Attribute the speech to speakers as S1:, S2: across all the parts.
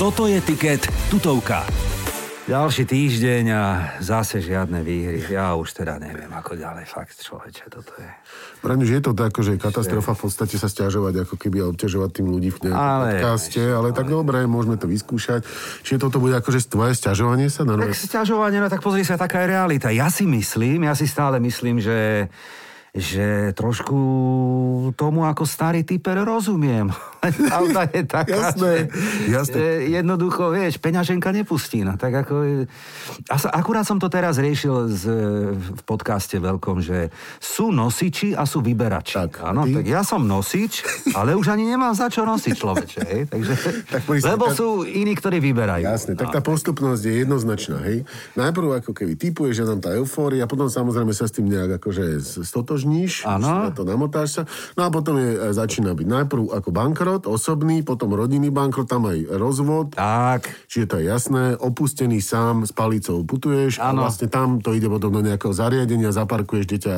S1: Toto je tiket tutovka.
S2: Ďalší týždeň a zase žiadne výhry. Ja už teda neviem, ako ďalej fakt človeče toto je.
S3: Pre mňa, že je to tak, že je katastrofa v podstate sa stiažovať ako keby a obťažovať tým ľudí v nejakom
S2: Ale-
S3: podcaste, ale, tak dobre, môžeme to vyskúšať. Čiže toto bude akože tvoje stiažovanie sa no, na
S2: Tak
S3: nové.
S2: sťažovanie, no tak pozri sa, taká je realita. Ja si myslím, ja si stále myslím, že že trošku tomu ako starý typer rozumiem. Pravda je taká,
S3: Jasné,
S2: že,
S3: jasné.
S2: že jednoducho, vieš, peňaženka nepustí. No, tak ako, je- a sa, akurát som to teraz riešil z, v podcaste veľkom, že sú nosiči a sú vyberači.
S3: Tak, a
S2: Áno,
S3: ty?
S2: tak ja som nosič, ale už ani nemám za čo nosiť človeče. Hej? Takže,
S3: Tak prísne,
S2: lebo
S3: tak-
S2: sú iní, ktorí vyberajú.
S3: Jasne, tak
S2: No.
S3: tá postupnosť je jednoznačná, hej. Najprv ako keby typuješ, že tam tá eufória, potom samozrejme sa s tým nejak akože stotožníš,
S2: Áno.
S3: na to namotáš sa, no a potom je, e, začína byť najprv ako bankrot, osobný, potom rodinný bankrot, tam aj rozvod,
S2: Tak,
S3: Čiže to je jasné, opustený sám s palicou putuješ
S2: Áno.
S3: a vlastne tam to ide potom do nejakého zariadenia, zaparkuješ, deťa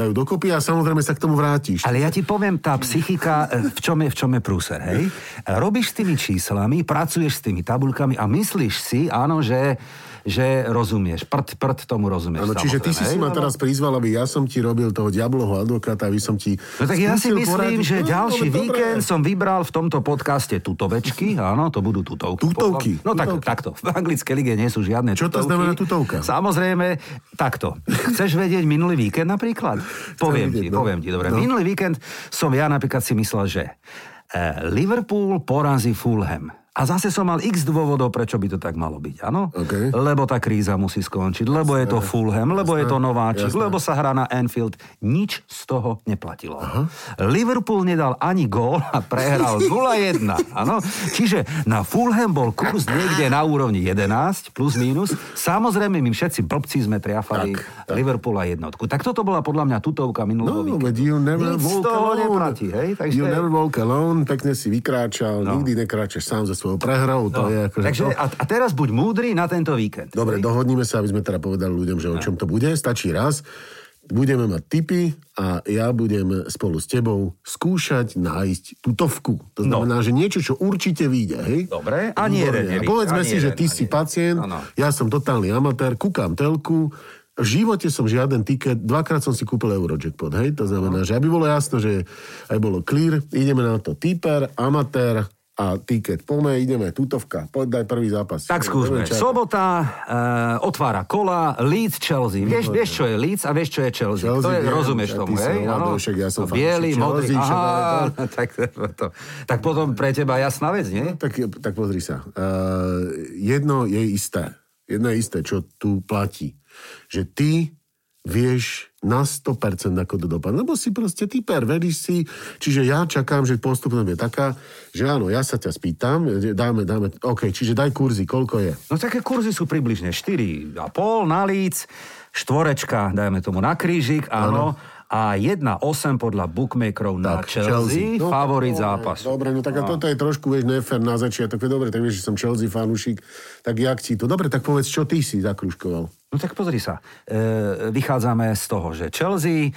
S3: dajú dokopy a samozrejme sa k tomu vrátiš.
S2: Ale ja ti poviem, tá psychika, e, v čom je, v čom je prúser, hej? Robíš s tými číslami, pracuješ s tými tabulkami a myslíš si, áno, že, že rozumieš. Prd, prd tomu rozumieš.
S3: Áno, čiže ty si
S2: samozrejme,
S3: si
S2: hej?
S3: ma teraz prizval, aby ja som ti robil toho diabloho advokáta, aby som ti...
S2: No tak ja si
S3: skúsil
S2: myslím,
S3: poradiť.
S2: že
S3: No,
S2: ďalší
S3: dobre,
S2: víkend
S3: dobre.
S2: som vybral v tomto podcaste tutovečky, áno, to budú tutovky.
S3: Tutovky,
S2: No tak,
S3: tutovky.
S2: takto, v anglické lige nie sú žiadne
S3: Čo to
S2: tutovky.
S3: znamená tutovka?
S2: Samozrejme, takto. Chceš vedieť minulý víkend napríklad? Poviem
S3: vedieť,
S2: ti,
S3: no.
S2: poviem ti, dobre.
S3: No.
S2: Minulý víkend som ja napríklad si myslel, že eh, Liverpool porazí Fulham. A zase som mal x dôvodov, prečo by to tak malo byť, áno?
S3: OK.
S2: Lebo tá kríza musí skončiť, lebo je to Fulham, lebo je to Nováčik,
S3: jasné.
S2: lebo sa hrá na Anfield. Nič z toho neplatilo. Aha. Liverpool nedal ani gól a prehral 0-1. Áno? Čiže na Fulham bol kurz niekde na úrovni 11, plus minus. Samozrejme, my všetci blbci sme triafali
S3: Tak, tak.
S2: Liverpoola jednotku. Tak toto bola podľa mňa tutovka minulého
S3: No,
S2: víkendu.
S3: veď you never
S2: Nič z
S3: walk
S2: toho
S3: alone.
S2: neplatí, hej? Takže...
S3: You never walk alone, pekne si vykráčal, nikdy nekráčaš sám so svojou prehrou, to
S2: No,
S3: je akože...
S2: takže,
S3: to...
S2: a, a teraz buď múdry na tento víkend.
S3: Dobre, dohodnime sa, aby sme teda povedali ľuďom, že o čom to bude. Stačí raz. Budeme mať tipy a ja budem spolu s tebou skúšať nájsť tutovku. To znamená, že niečo, čo určite vyjde, hej?
S2: No. Dobre, ani
S3: Výborne.
S2: jeden nevyjde,
S3: A povedzme
S2: ani
S3: si, že
S2: jeden,
S3: ty
S2: ani
S3: si
S2: jeden.
S3: pacient,
S2: Áno.
S3: ja som totálny amatér, kúkam telku, v živote som žiaden tiket, dvakrát som si kúpil Eurojackpot, hej? To znamená, že aby bolo jasno, že aj bolo clear, ideme na to typer, amatér a tiket. Pome, ideme, tutovka, poď daj prvý zápas.
S2: Tak skúsme.
S3: Neviem, čo-
S2: Sobota uh, otvára kola, Leeds, Chelsea. Vieš, vieš, čo je Leeds a vieš, čo je Chelsea.
S3: Chelsea
S2: to je,
S3: viem,
S2: rozumieš
S3: však
S2: tomu,
S3: ty si
S2: hej?
S3: Ronaldo,
S2: Áno.
S3: však ja som
S2: No, biely,
S3: fanúšik
S2: modrý.
S3: Chelsea, však
S2: Aha,
S3: ale
S2: tak, to, tak potom pre teba jasná vec, nie?
S3: Tak, tak pozri sa. Uh, jedno je isté. Jedno je isté, čo tu platí. Že ty vieš na 100% ako to dopadne. Lebo si proste typer, veríš si. Čiže ja čakám, že postupnosť je taká, že áno, ja sa ťa spýtam, že dáme, dáme, OK, čiže daj kurzy, koľko je?
S2: No také kurzy sú približne 4,5 na líc, štvorečka, dajme tomu na krížik, áno, a 1,8 podľa bookmakerov na
S3: Tak,
S2: Chelsea,
S3: No,
S2: favorit
S3: dobre,
S2: zápasu.
S3: Dobre, no tak a toto je trošku, vieš, nefér na začiatok. Dobre, tak vieš, že som Chelsea fanúšik, tak jak ti to? Dobre, tak povedz, čo ty si zakruškoval.
S2: No tak pozri sa. E, vychádzame z toho, že Chelsea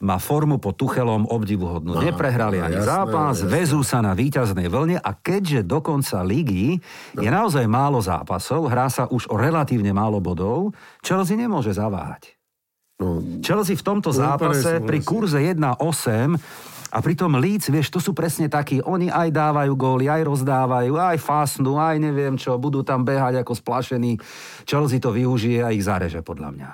S2: má formu pod Tuchelom obdivuhodnú. Neprehrali
S3: no,
S2: ani
S3: jasné,
S2: zápas,
S3: jasné.
S2: vezú sa na víťaznej vlne a keďže do konca ligy je
S3: No.
S2: naozaj málo zápasov, hrá sa už o relatívne málo bodov, Chelsea nemôže zaváhať.
S3: No,
S2: Chelsea v tomto
S3: Úplne
S2: zápase
S3: súhlasím.
S2: pri kurze 1-8 a pritom Leeds, vieš, to sú presne takí, oni aj dávajú góly, aj rozdávajú, aj fásnu, aj neviem čo, budú tam behať ako splašení. Chelsea to využije a ich zareže podľa mňa.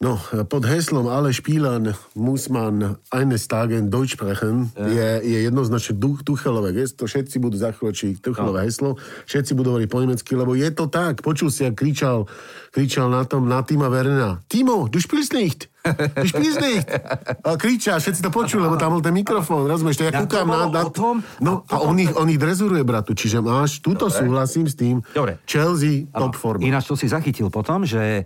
S3: No, pod heslom Ale Spielern muss man eines Tagen Deutsch sprechen je, je jednoznačne duch, Tuchelové gesto. Všetci budú za chvíľočí
S2: No.
S3: Tuchelové heslo, všetci budú hovoriť po nemecky, lebo je to tak. Počul si, ak kričal, kričal na tom na Tima Verna. Timo, du spielst nicht! Du spielst nicht! A kriča, všetci to počuli, lebo tam bol ten mikrofón, rozumieš? To
S2: Ja,
S3: ja
S2: to
S3: kúkam na...
S2: bolo
S3: na
S2: o tom,
S3: no, a on ich, on ich drezuruje, bratu. Čiže máš, túto súhlasím s tým.
S2: Dobre.
S3: Chelsea
S2: Áno.
S3: top forma.
S2: Ináč to si zachytil potom, že e,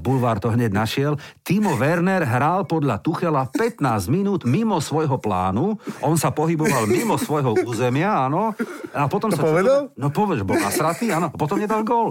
S2: Bulvár to hneď našiel. Timo Werner hral podľa Tuchela 15 minút mimo svojho plánu. On sa pohyboval mimo svojho územia, áno. A potom to sa
S3: povedal?
S2: No povedal, bol nasratý, áno. A potom nedal gól.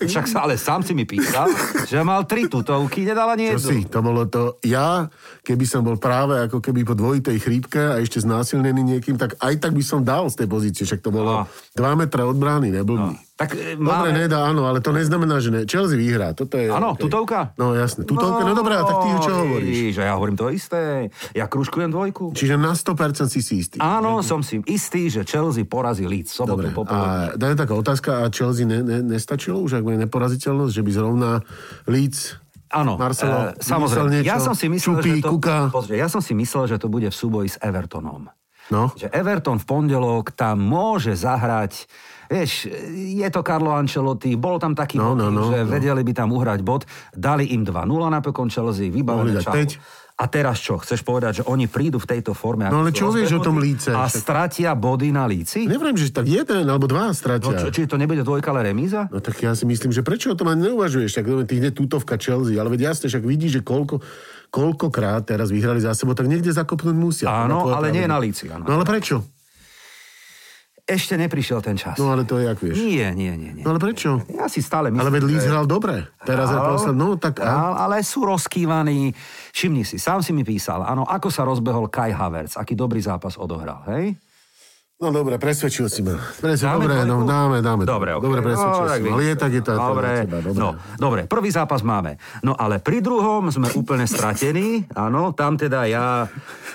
S2: Však sa ale sám si mi písal, že mal tri tutovky, nedal ani
S3: Čo
S2: jednu.
S3: si, to bolo to. Ja, keby som bol práve ako keby po dvojitej chrípke a ešte znásilnený niekým, tak aj tak by som dal z tej pozície, však to
S2: No.
S3: bolo 2 metre od brány, neblbý.
S2: Tak e,
S3: Dobre,
S2: máme...
S3: nedá, áno, ale to neznamená, že ne. Chelsea vyhrá, toto je...
S2: Áno,
S3: okej.
S2: tutovka?
S3: No jasne, tutovka, no, dobré, a tak ty čo hovoríš?
S2: vidíš, a ja hovorím to isté. Ja kružkujem dvojku.
S3: Čiže na 100% si si istý.
S2: Áno, som si istý, že Chelsea porazí Leeds v sobotu
S3: Dobre,
S2: popoludní.
S3: a daj taká otázka, a Chelsea ne, ne, nestačilo už, ak bude neporaziteľnosť, že by zrovna Leeds,
S2: Áno, e,
S3: Marcelo,
S2: samozrejme.
S3: vymyslel niečo,
S2: ja som si myslel,
S3: Čupí,
S2: že to,
S3: Kuka.
S2: Pozri, ja som si myslel, že to bude v súboji s Evertonom.
S3: No.
S2: Že Everton v pondelok tam môže zahrať Vieš, je to Carlo Ancelotti, bol tam taký
S3: No,
S2: motív,
S3: no, no,
S2: že
S3: no.
S2: vedeli by tam uhrať bod, dali im 2-0 napokon Chelsea,
S3: Mohli
S2: vybavené
S3: dať
S2: čau.
S3: päť.
S2: A teraz čo? Chceš povedať, že oni prídu v tejto forme? ako
S3: No, ale
S2: sú
S3: čo vieš o tom
S2: rozbehnutí
S3: Líce?
S2: A
S3: Však-
S2: stratia body na Líci?
S3: neviem, že tak jeden alebo dva
S2: No, čo,
S3: stratia. No,
S2: čiže to nebude dvojka, ale remíza?
S3: tak ja si myslím, že prečo o tom ani neuvažuješ, tak dobre, ty hneď tutovka Chelsea, ale veď jasne, však vidíš, že koľko, koľkokrát teraz vyhrali za sebou, tak niekde zakopnúť musia.
S2: Áno,
S3: To je tvoja
S2: ale nie
S3: pravda.
S2: na Líci, áno.
S3: No ale prečo?
S2: Ešte neprišiel ten čas.
S3: No ale to je, jak vieš.
S2: Nie, nie, nie. nie.
S3: No ale prečo?
S2: Ja si stále myslím,
S3: Ale veď Leeds
S2: že-
S3: hral dobre. Teraz je
S2: Hral,
S3: posled, no tak a,
S2: hral, ale sú rozkývaní. Všimni si, sám si mi písal, áno, ako sa rozbehol Kai Havertz, aký dobrý zápas odohral, hej?
S3: No dobre, presvedčil si ma. Presvedčil,
S2: Dáme
S3: dobre, no,
S2: dvojku?
S3: dáme, dáme.
S2: Dobre, okay.
S3: dobre presvedčil
S2: No, tak
S3: si ma.
S2: vidíš
S3: Ale je
S2: to.
S3: tak, je to. je to na
S2: dobre.
S3: teda teba, dobre.
S2: No, dobre, prvý zápas máme. No ale pri druhom sme úplne stratení, áno, tam teda ja,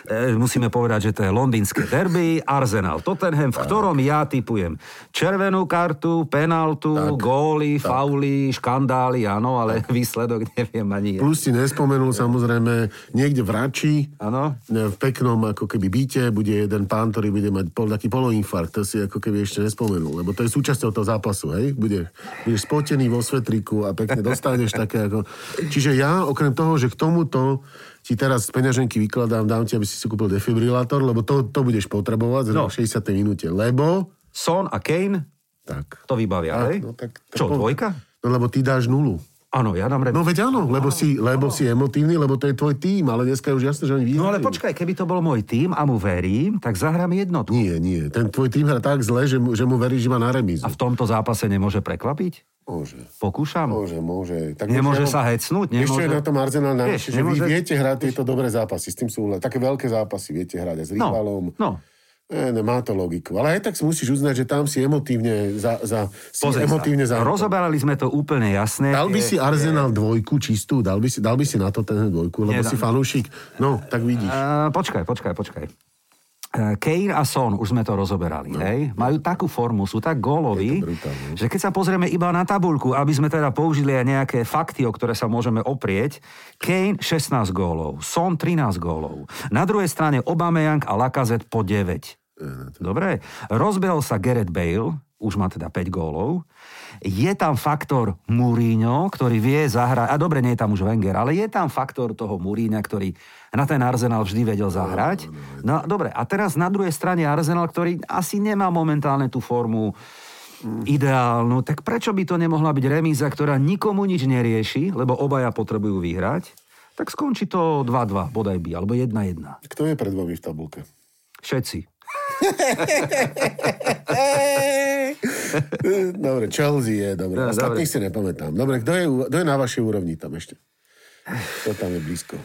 S2: e, musíme povedať, že to je londýnske derby, Arsenal, Tottenham, v ktorom ja typujem červenú kartu, penaltu, góly, fauly, škandály, áno, ale výsledok neviem ani ja.
S3: Plus si nespomenul samozrejme, niekde v Rači,
S2: Áno.
S3: ne, e, v peknom ako keby byte, bude jeden pán, ktorý bude mať pol, taký poloinfarkt, to si ako keby ešte nespomenul, lebo to je súčasťou toho zápasu, hej? Bude, budeš spotený vo svetriku a pekne dostaneš také ako... Čiže ja okrem toho, že k tomuto ti teraz z peňaženky vykladám, dám ti, aby si si kúpil defibrilátor, lebo to, to budeš potrebovať
S2: No.
S3: no. v 60. minúte, lebo...
S2: Son a Kane
S3: Tak.
S2: to vybavia,
S3: Tak,
S2: hej?
S3: no tak- tak
S2: Čo,
S3: povedz.
S2: dvojka?
S3: No lebo ty dáš nulu.
S2: Áno, ja dám
S3: No
S2: remi. No,
S3: veď áno, lebo, si, lebo si emotívny, lebo to je tvoj tým, ale dneska je už jasné, že oni vyhrajú.
S2: No ale počkaj, keby to bol môj tým a mu verím, tak zahrám jednotku.
S3: Nie, nie. Ten tvoj tým hrá tak zle, že mu, že mu veríš iba na remízu.
S2: A v tomto zápase nemôže prekvapiť?
S3: Môže.
S2: Pokúšam?
S3: Môže, môže. Tak
S2: Nemôže sa
S3: ešte-
S2: hecnúť? Nemôže?
S3: Ešte je na tom Arsenal na
S2: Vieš,
S3: že vy
S2: nemôže-
S3: viete hrať tieto dobré zápasy, s tým sú také veľké zápasy, viete hrať aj s
S2: No,
S3: rivalom.
S2: no.
S3: Ne, ne, má to logiku. Ale aj tak si musíš uznať, že tam si emotívne za, za, si
S2: Pozri sa.
S3: emotívne za.
S2: Rozoberali sme to úplne jasné. E,
S3: Dal by
S2: Je-
S3: si Arsenal dvojku čistú, dal by si, dal by si na to ten dvojku, lebo
S2: Nedám.
S3: si fanúšik. No, tak vidíš.
S2: A, e, počkaj, počkaj, počkaj. E, Kane a Son, už sme to rozoberali, no. hej? Majú takú formu, sú tak góloví,
S3: Je to brutálne.
S2: že keď sa pozrieme iba na tabuľku, aby sme teda použili aj nejaké fakty, o ktoré sa môžeme oprieť, Kane 16 gólov, Son 13 gólov. Na druhej strane Obameyang a Lacazette po 9. Dobre, rozbehol sa Gareth Bale, už má teda 5 gólov. Je tam faktor Mourinho, ktorý vie zahrať, a dobre, nie je tam už Wenger, ale je tam faktor toho Mourinha, ktorý na ten Arsenal vždy vedel zahrať. No dobre, a teraz na druhej strane Arsenal, ktorý asi nemá momentálne tú formu ideálnu, Mhm. tak prečo by to nemohla byť remíza, ktorá nikomu nič nerieši, lebo obaja potrebujú vyhrať, tak skončí to 2-2, bodaj by, alebo 1-1.
S3: Kto je pred vami v tabulke?
S2: Všetci.
S3: dobre, Chelsea je, dobre.
S2: No,
S3: Ostatných
S2: dobre.
S3: si nepamätám. Dobre, kto je, u- kto je na vašej úrovni tam ešte? Kto tam je blízko?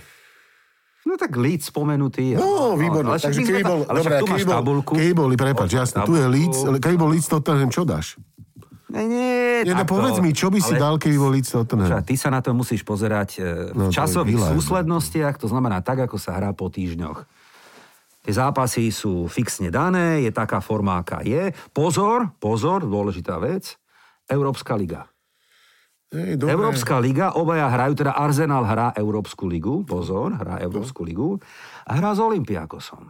S2: No tak Leeds spomenutý.
S3: No, výborné.
S2: však
S3: Takže
S2: my sme
S3: keby
S2: tam-
S3: bol,
S2: ale však
S3: dobre,
S2: tu máš
S3: keby bol,
S2: tabulku.
S3: keby boli, prepáč,
S2: Máš
S3: jasne, tu je
S2: tabulku.
S3: Leeds, ale keby bol Leeds Tottenham, čo dáš?
S2: Nie, nie,
S3: Jedno,
S2: takto.
S3: povedz mi, čo by si
S2: Ale-
S3: dal, keby bol Leeds
S2: Počúvaj,
S3: Tottenham?
S2: ty sa na to musíš pozerať e, v
S3: No, to je
S2: časových
S3: vylajené.
S2: súslednostiach, to znamená tak, ako sa hrá po týždňoch. Tie zápasy sú fixne dané, je taká forma, aká je. Pozor, pozor, dôležitá vec, Európska liga.
S3: Hej,
S2: Dobre.
S3: dobre.
S2: Európska liga, obaja hrajú, teda Arsenal hrá Európsku ligu, pozor, hrá
S3: No.
S2: Európsku ligu, a hrá s Olympiakosom.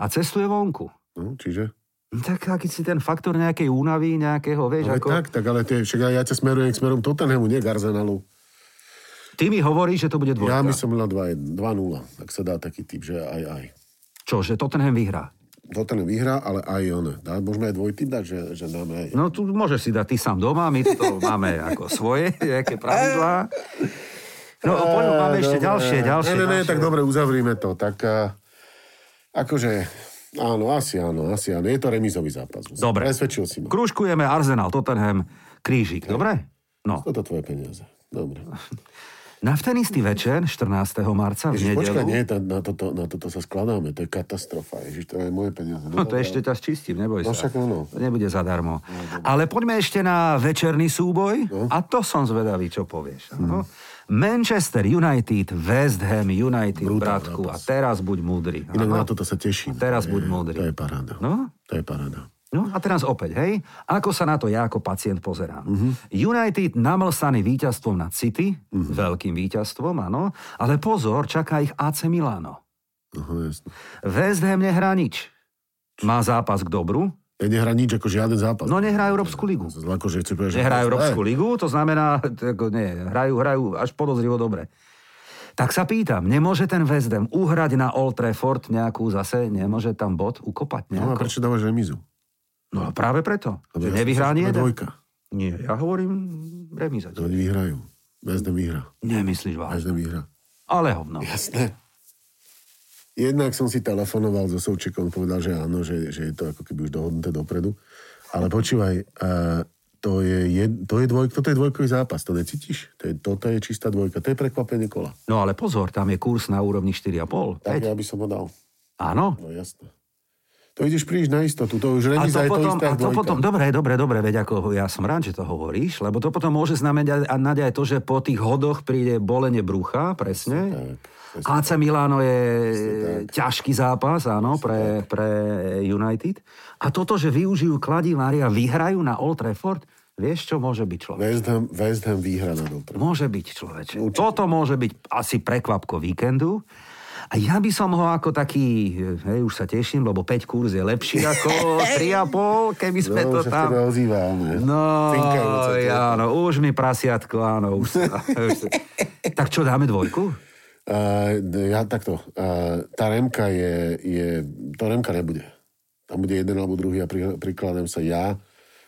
S2: A cestuje vonku.
S3: No, čiže?
S2: Tak aký si ten faktor nejakej únavy, nejakého, vieš,
S3: Ale
S2: ako...
S3: tak, tak, ale to je, však ja- ja ťa smerujem k smerom Tottenhamu, nie k Arsenalu.
S2: Ty mi hovoríš, že to bude
S3: Ja
S2: dvojka.
S3: myslím na 2-1, 2-0, ak sa dá taký typ, že aj, aj.
S2: Čo, že Tottenham vyhrá?
S3: Tottenham vyhrá, ale aj on. Dá, môžeme aj dvojtyp dať, že, že dáme aj.
S2: No tu môžeš si dať ty sám doma, my to máme ako svoje, nejaké pravidlá. No a poďme, máme ešte
S3: Dobre.
S2: ďalšie, ďalšie.
S3: Ne, ne, ne,
S2: ďalšie.
S3: tak dobre, uzavrime to. Tak a, akože, áno, asi áno, asi áno. Je to remizový zápas.
S2: Dobre.
S3: Presvedčil si ma.
S2: Krúžkujeme Arsenal, Tottenham, Krížik, dobre? No.
S3: Sú to tvoje peniaze. Dobre.
S2: Na v ten istý večer, 14. marca, v
S3: Ježiš, počkaj,
S2: nedelu...
S3: nie, tá, na, toto, na toto sa skladáme, to je katastrofa. Ježiš, to je moje peniaze.
S2: No to ešte ťa sčistím, neboj
S3: No
S2: sa.
S3: však No, áno.
S2: To nebude zadarmo. Ale poďme ešte na večerný súboj.
S3: No.
S2: A to som zvedavý, čo povieš. No.
S3: Mhm.
S2: Manchester United, West Ham United,
S3: Brutál
S2: bratku. A teraz buď múdry.
S3: Inak
S2: Aha.
S3: na toto sa teším.
S2: Teraz
S3: To
S2: buď
S3: je-
S2: múdry.
S3: To je paráda.
S2: No?
S3: To je paráda.
S2: No a teraz opäť, hej, ako sa na to ja ako pacient pozerám. United namlsaný víťazstvom nad City, veľkým víťazstvom, áno, ale pozor, čaká ich AC Milano.
S3: Aha, jasno.
S2: West Ham nehrá nič. Má zápas k dobru,
S3: Ja nehrá nič, ako žiaden zápas.
S2: no nehrá Európsku ligu.
S3: Zl- Akože chci povedať, že...
S2: Nehrá Európsku ligu, to znamená, tako, nie, hrajú, hrajú až podozrivo dobre. Tak sa pýtam, nemôže ten West Ham uhrať na Old Trafford nejakú zase, nemôže tam bod ukopať
S3: No a
S2: nejako?
S3: prečo dávaš remizu?
S2: No a práve preto, že
S3: Lebo ja
S2: nevyhrá
S3: som-
S2: ani jeden.
S3: Dvojka.
S2: Nie, ja hovorím remíza.
S3: No, Oni vyhrajú. Bezden vyhrá.
S2: Nemyslíš vážne.
S3: Bezden vyhrá.
S2: Ale hovno.
S3: Jasné. Jednak som si telefonoval so Součekom, povedal, že áno, že, že je to ako keby už dohodnuté dopredu. Ale počúvaj, uh, to, je jed, to, je dvoj, toto je dvojkový zápas, to necítiš? To je, toto je čistá dvojka, to je prekvapenie kola.
S2: No ale pozor, tam je kurz na úrovni 4,5.
S3: Tak
S2: päť.
S3: ja by som ho dal.
S2: Áno.
S3: No jasné. To ideš príliš na istotu, to už
S2: A to,
S3: remiza je to
S2: potom,
S3: istá
S2: a to
S3: dvojka.
S2: potom, dobre, dobre, dobre, veď ako ja som rád, že to hovoríš, lebo to potom môže znamenať aj- nať aj to, že po tých hodoch príde bolenie brucha, presne.
S3: Tak, presne.
S2: AC Milano je ťažký zápas, áno, pre, pre United. A toto, že využijú kladivária, vyhrajú na Old Trafford, vieš, čo môže byť človek?
S3: West Ham, West Ham výhra na dopredu.
S2: Môže byť človeče. Toto môže byť asi prekvapko víkendu. A ja by som ho ako taký, hej, už sa teším, lebo 5 kurz je lepší ako 3,5, keby sme
S3: No,
S2: to
S3: už sa
S2: tam...
S3: tebe ozývame.
S2: No,
S3: Cinkajúce to je.
S2: áno, už mi prasiatko, áno, už sa, už sa. Tak čo, dáme dvojku?
S3: Uh, ja takto. Uh, tá remka je, je... To remka nebude. Tam bude jeden alebo druhý a pri, prikladám sa ja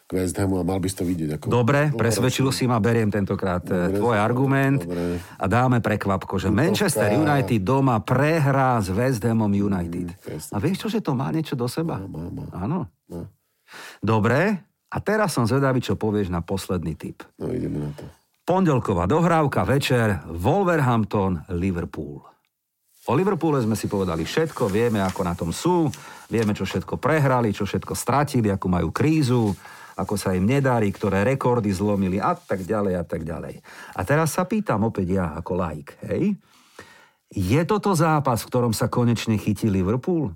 S3: k West Hamu a mal by si to vidieť. Ako
S2: Dobre, presvedčil si ma, beriem tentokrát dobre, tvoj
S3: dobre,
S2: argument
S3: dobre.
S2: a dáme prekvapko, že Manchester United doma prehrá s West Hamom United.
S3: presne.
S2: A vieš čo, že to má niečo do seba?
S3: Mm, má, má.
S2: Áno.
S3: No,
S2: Dobre, a teraz som zvedavý, čo povieš na posledný typ.
S3: no ideme na to.
S2: Pondelková dohrávka, večer, Wolverhampton, Liverpool. O Liverpoole sme si povedali všetko, vieme, ako na tom sú, vieme, čo všetko prehrali, čo všetko stratili, akú majú krízu, ako sa im nedarí, ktoré rekordy zlomili a tak ďalej a tak ďalej. A teraz sa pýtam opäť ja ako laik, hej? Je toto zápas, v ktorom sa konečne chytí Liverpool?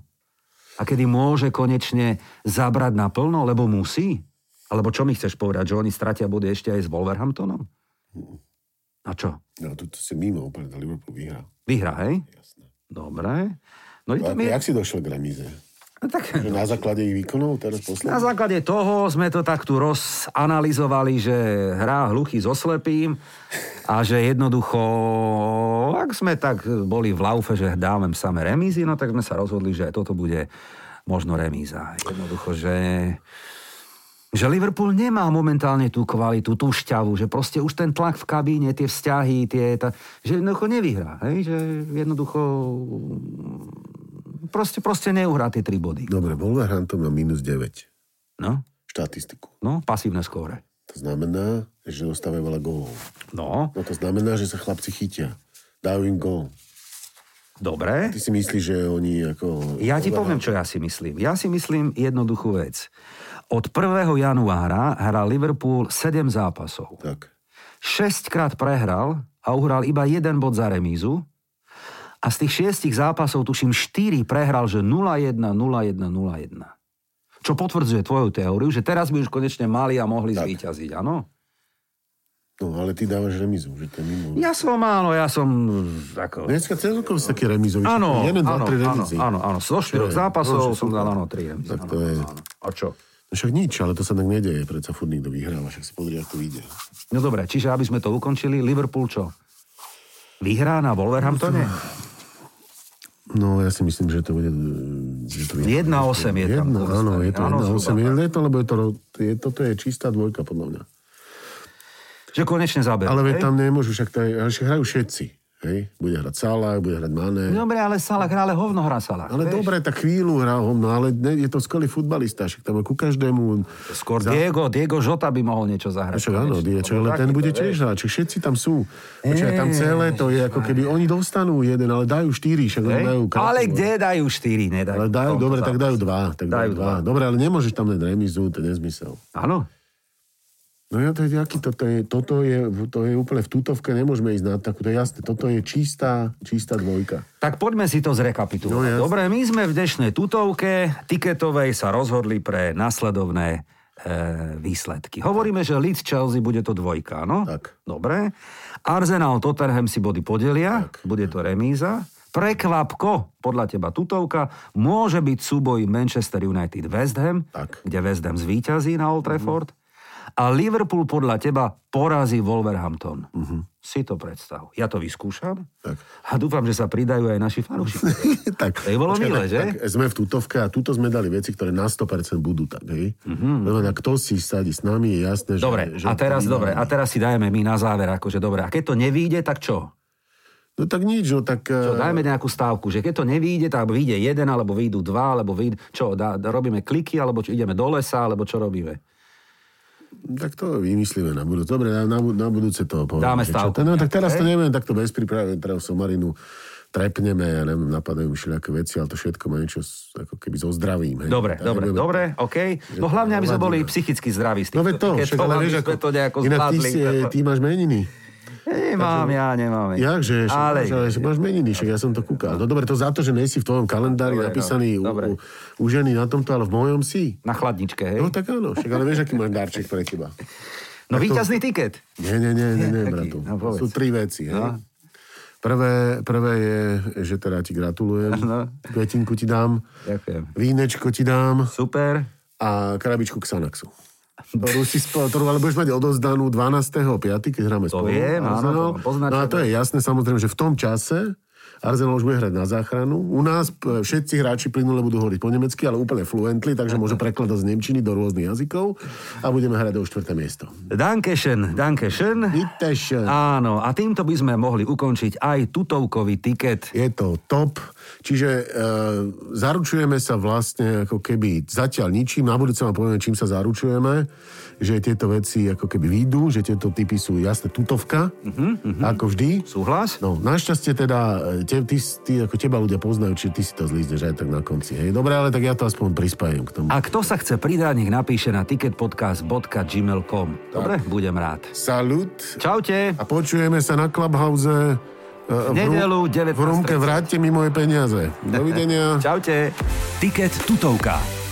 S2: A kedy môže konečne zabrať naplno, lebo musí? Alebo čo mi chceš povedať, že oni stratia body ešte aj s Wolverhamptonom? A čo?
S3: No, tu si mimo úplne, to Liverpool vyhrá.
S2: Vyhra, hej?
S3: Jasné.
S2: Dobre. No, je
S3: A
S2: to
S3: my...
S2: mi...
S3: Jak si došiel k remíze?
S2: no tak,
S3: Že Na základe ich výkonov teraz
S2: na
S3: posledný?
S2: základe toho sme to tak tu rozanalizovali, že hrá hluchý so slepým a že jednoducho, ak sme tak boli v laufe, že dávame samé remízy, no tak sme sa rozhodli, že aj toto bude možno remíza. Jednoducho, že že Liverpool nemá momentálne tú kvalitu, tú šťavu, že proste už ten tlak v kabíne, tie vzťahy, tie, tá, že jednoducho nevyhrá, hej? že jednoducho proste, proste neuhrá tie tri body.
S3: Dobre, Wolverhampton má minus 9
S2: No?
S3: štatistiku.
S2: No, pasívne skóre.
S3: To znamená, že dostávajú veľa gólov.
S2: No,
S3: No to znamená, že sa chlapci chytia. Dajú im gól.
S2: dobre.
S3: Ty si myslíš, že oni ako...
S2: Ja ti poviem, čo ja si myslím. Ja si myslím jednoduchú vec. Od 1. januára hrá Liverpool 7 zápasov.
S3: Tak.
S2: 6 krát prehral a uhral iba jeden bod za remízu. A z tých šiestich zápasov, tuším, 4 prehral, že 0-1, 0-1, 0-1. Čo potvrdzuje tvoju teóriu, že teraz by už konečne mali a mohli
S3: Tak.
S2: zvíťaziť, áno?
S3: No, ale ty dávaš remizu, že to je mimo.
S2: Ja som, áno, ja som... mm, Ako...
S3: Dneska celkom sú také remizový.
S2: Áno,
S3: Jeden, dva,
S2: áno,
S3: tri
S2: áno,
S3: remizy.
S2: áno, áno, zo štyroch zápasov
S3: Bože,
S2: som dal, áno, tri remizy,
S3: Tak
S2: áno,
S3: to je.
S2: áno. A čo?
S3: No však nič, ale to sa tak nedeje. Predsa furt nikto vyhráva, však si podri, ako vyjde.
S2: No dobre, čiže aby sme to ukončili, Liverpool čo? Vyhrá na Wolverhamptone?
S3: No, ja si myslím, že to bude... Že to vyhrá.
S2: 1-8 je tam.
S3: Jedna,
S2: pozostaný.
S3: áno, je to
S2: Áno,
S3: jedna,
S2: zhruba
S3: osem.
S2: tak.
S3: Je je to, lebo je to, ro- je, toto je čistá dvojka, podľa mňa.
S2: Že konečne zaberú.
S3: Ale veď
S2: hej?
S3: tam nemôžu, však, to je, ale však hrajú všetci. Hej? Bude hrať Salah, bude hrať Mane.
S2: Dobre, ale Salah hrá, ale hovno hrá Salah. No,
S3: Ale
S2: vieš?
S3: dobre, tak chvíľu hrá ho, no ale ne, je to skvelý futbalista, však tam ku každému...
S2: Skôr Diego, Diego Žota by mohol niečo zahrať.
S3: Čo, No áno,
S2: konečne. No
S3: die, čo, ale ten bude tiež hrať, čiže všetci tam sú. Počkaj, tam celé to je, ako keby oni dostanú jeden, ale dajú štyri, však
S2: Hej?
S3: hey? dajú krátko.
S2: Ale kde dajú štyri, nedajú.
S3: no. Ale
S2: v
S3: dajú,
S2: tomto
S3: dobre, tak
S2: zápase.
S3: dajú dva. Tak dajú,
S2: Dajú
S3: dva.
S2: dva.
S3: Dobre, ale nemôžeš tam dať remizu, to je nezmysel.
S2: Áno,
S3: No ja to je, aký, toto, je, toto, je, to je úplne v tutovke, nemôžeme ísť na takú, to je jasné. Toto je čistá, čistá dvojka.
S2: tak poďme si to
S3: No,
S2: zrekapitulovať.
S3: jasne.
S2: Dobre, my sme v dnešnej tutovke tiketovej sa rozhodli pre nasledovné e, výsledky. Hovoríme, že Leeds Chelsea bude to dvojka, áno?
S3: Tak.
S2: Dobre. Arsenal Tottenham si body podelia, tak. bude to remíza. Prekvapko, podľa teba tutovka, môže byť súboj Manchester United West Ham,
S3: Tak. Mhm.
S2: kde West Ham zvíťazí na Old Trafford. A Liverpool podľa teba porazí Wolverhampton.
S3: Mhm.
S2: Si to predstav. Ja to vyskúšam
S3: Tak.
S2: a dúfam, že sa pridajú aj naši fanúšikovia.
S3: tak,
S2: To by bolo milé,
S3: tak,
S2: že?
S3: Tak sme v tutovke a tuto sme dali veci, ktoré na 100% budú tak, hej? Mm-hmm. Lebo na kto si sadí s nami, je jasné, že...
S2: Mhm. Dobre,
S3: že
S2: a teraz,
S3: to
S2: dobre, a
S3: vyhráme.
S2: teraz si dajeme my na záver, akože dobre, a keď to nevíde, tak čo?
S3: No tak nič, no tak...
S2: Čo,
S3: eh,
S2: dajme nejakú stávku, že keď to nevíde, tak vyjde jeden, alebo vyjdú dva, alebo vyjde, čo, dá, dá- robíme kliky, alebo čo, ideme do lesa, alebo čo robíme.
S3: Tak to vymyslíme na budúce. Dobre, na, na, bu- na budúce to poviem.
S2: Dáme
S3: že
S2: stavku
S3: čo to- No, tak
S2: nejakú,
S3: teraz to
S2: hej?
S3: neviem, takto bez prípravy, teraz somarinu trepneme, ja neviem, napadajú mi všelijaké veci, ale to všetko má niečo s- ako keby so zdravím. Hej.
S2: Dobre,
S3: Ja
S2: dobre,
S3: nebudem-
S2: dobre, OK. No hlavne, aby sme boli psychicky zdraví.
S3: No veď to,
S2: keď
S3: však, ale vieš,
S2: sme to nejako
S3: inak ty,
S2: zvládli.
S3: si, ty máš meniny.
S2: Nemám, ja nemám.
S3: Jakže,
S2: ale...
S3: ale... Máš, máš meniny, však ja som to kúkal. No dobre, to za to, že nejsi v tvojom kalendári
S2: Dobre, no,
S3: napísaný u,
S2: dobre.
S3: u, u ženy na tomto, ale v mojom si.
S2: Na chladničke, hej?
S3: No tak áno, však ale vieš, aký máš darček pre teba.
S2: No víťazný tiket.
S3: Nie, nie, nie, nie, nie
S2: Nie, taký,
S3: bratu.
S2: no povedz.
S3: Sú tri veci. Hej?
S2: No.
S3: Prvé, prvé je, že teda ti gratulujem.
S2: No.
S3: Kvetinku ti dám.
S2: Ďakujem.
S3: Vínečko ti dám
S2: Super.
S3: a krabičku Xanaxu. Ktorú si spolu, ktorú ale budeš mať odozdanú 12.5., keď hráme
S2: To
S3: spolu.
S2: viem, áno, to
S3: Arsenal.
S2: mám poznačené.
S3: No a to je jasné, samozrejme, že v tom čase Arsenal už bude hrať na záchranu. U nás e, všetci hráči plynule budú hovoriť po nemecky, ale úplne fluently, takže môžu prekladať z nemčiny do rôznych jazykov a budeme hrať o štvrté miesto.
S2: Dankeschön, Dankeschön.
S3: Iteš.
S2: Áno, a týmto by sme mohli ukončiť aj tutovkový tiket.
S3: Je to top. Čiže e, zaručujeme sa vlastne ako keby zatiaľ ničím. Na budúce vám povieme, čím sa zaručujeme, že tieto veci ako keby výjdu, že tieto typy sú jasne tutovka, ako vždy.
S2: Súhlas?
S3: No, našťastie teda, e, te, ty, ty, ako teba ľudia poznajú, čiže ty si to zlízneš aj tak na konci. Hej, dobre, ale tak ja to aspoň prispájem k tomu.
S2: A kto sa chce pridať, nech napíše na ticketpodcast.gmail.com. Dobre, budem rád.
S3: Salut.
S2: Čaute.
S3: A počujeme sa na Clubhouse e, v, Rum-
S2: nedelu
S3: v
S2: 19.30.
S3: Rumke. Vráťte mi moje peniaze. Dovidenia.
S2: Čaute.
S1: Tiket tutovka.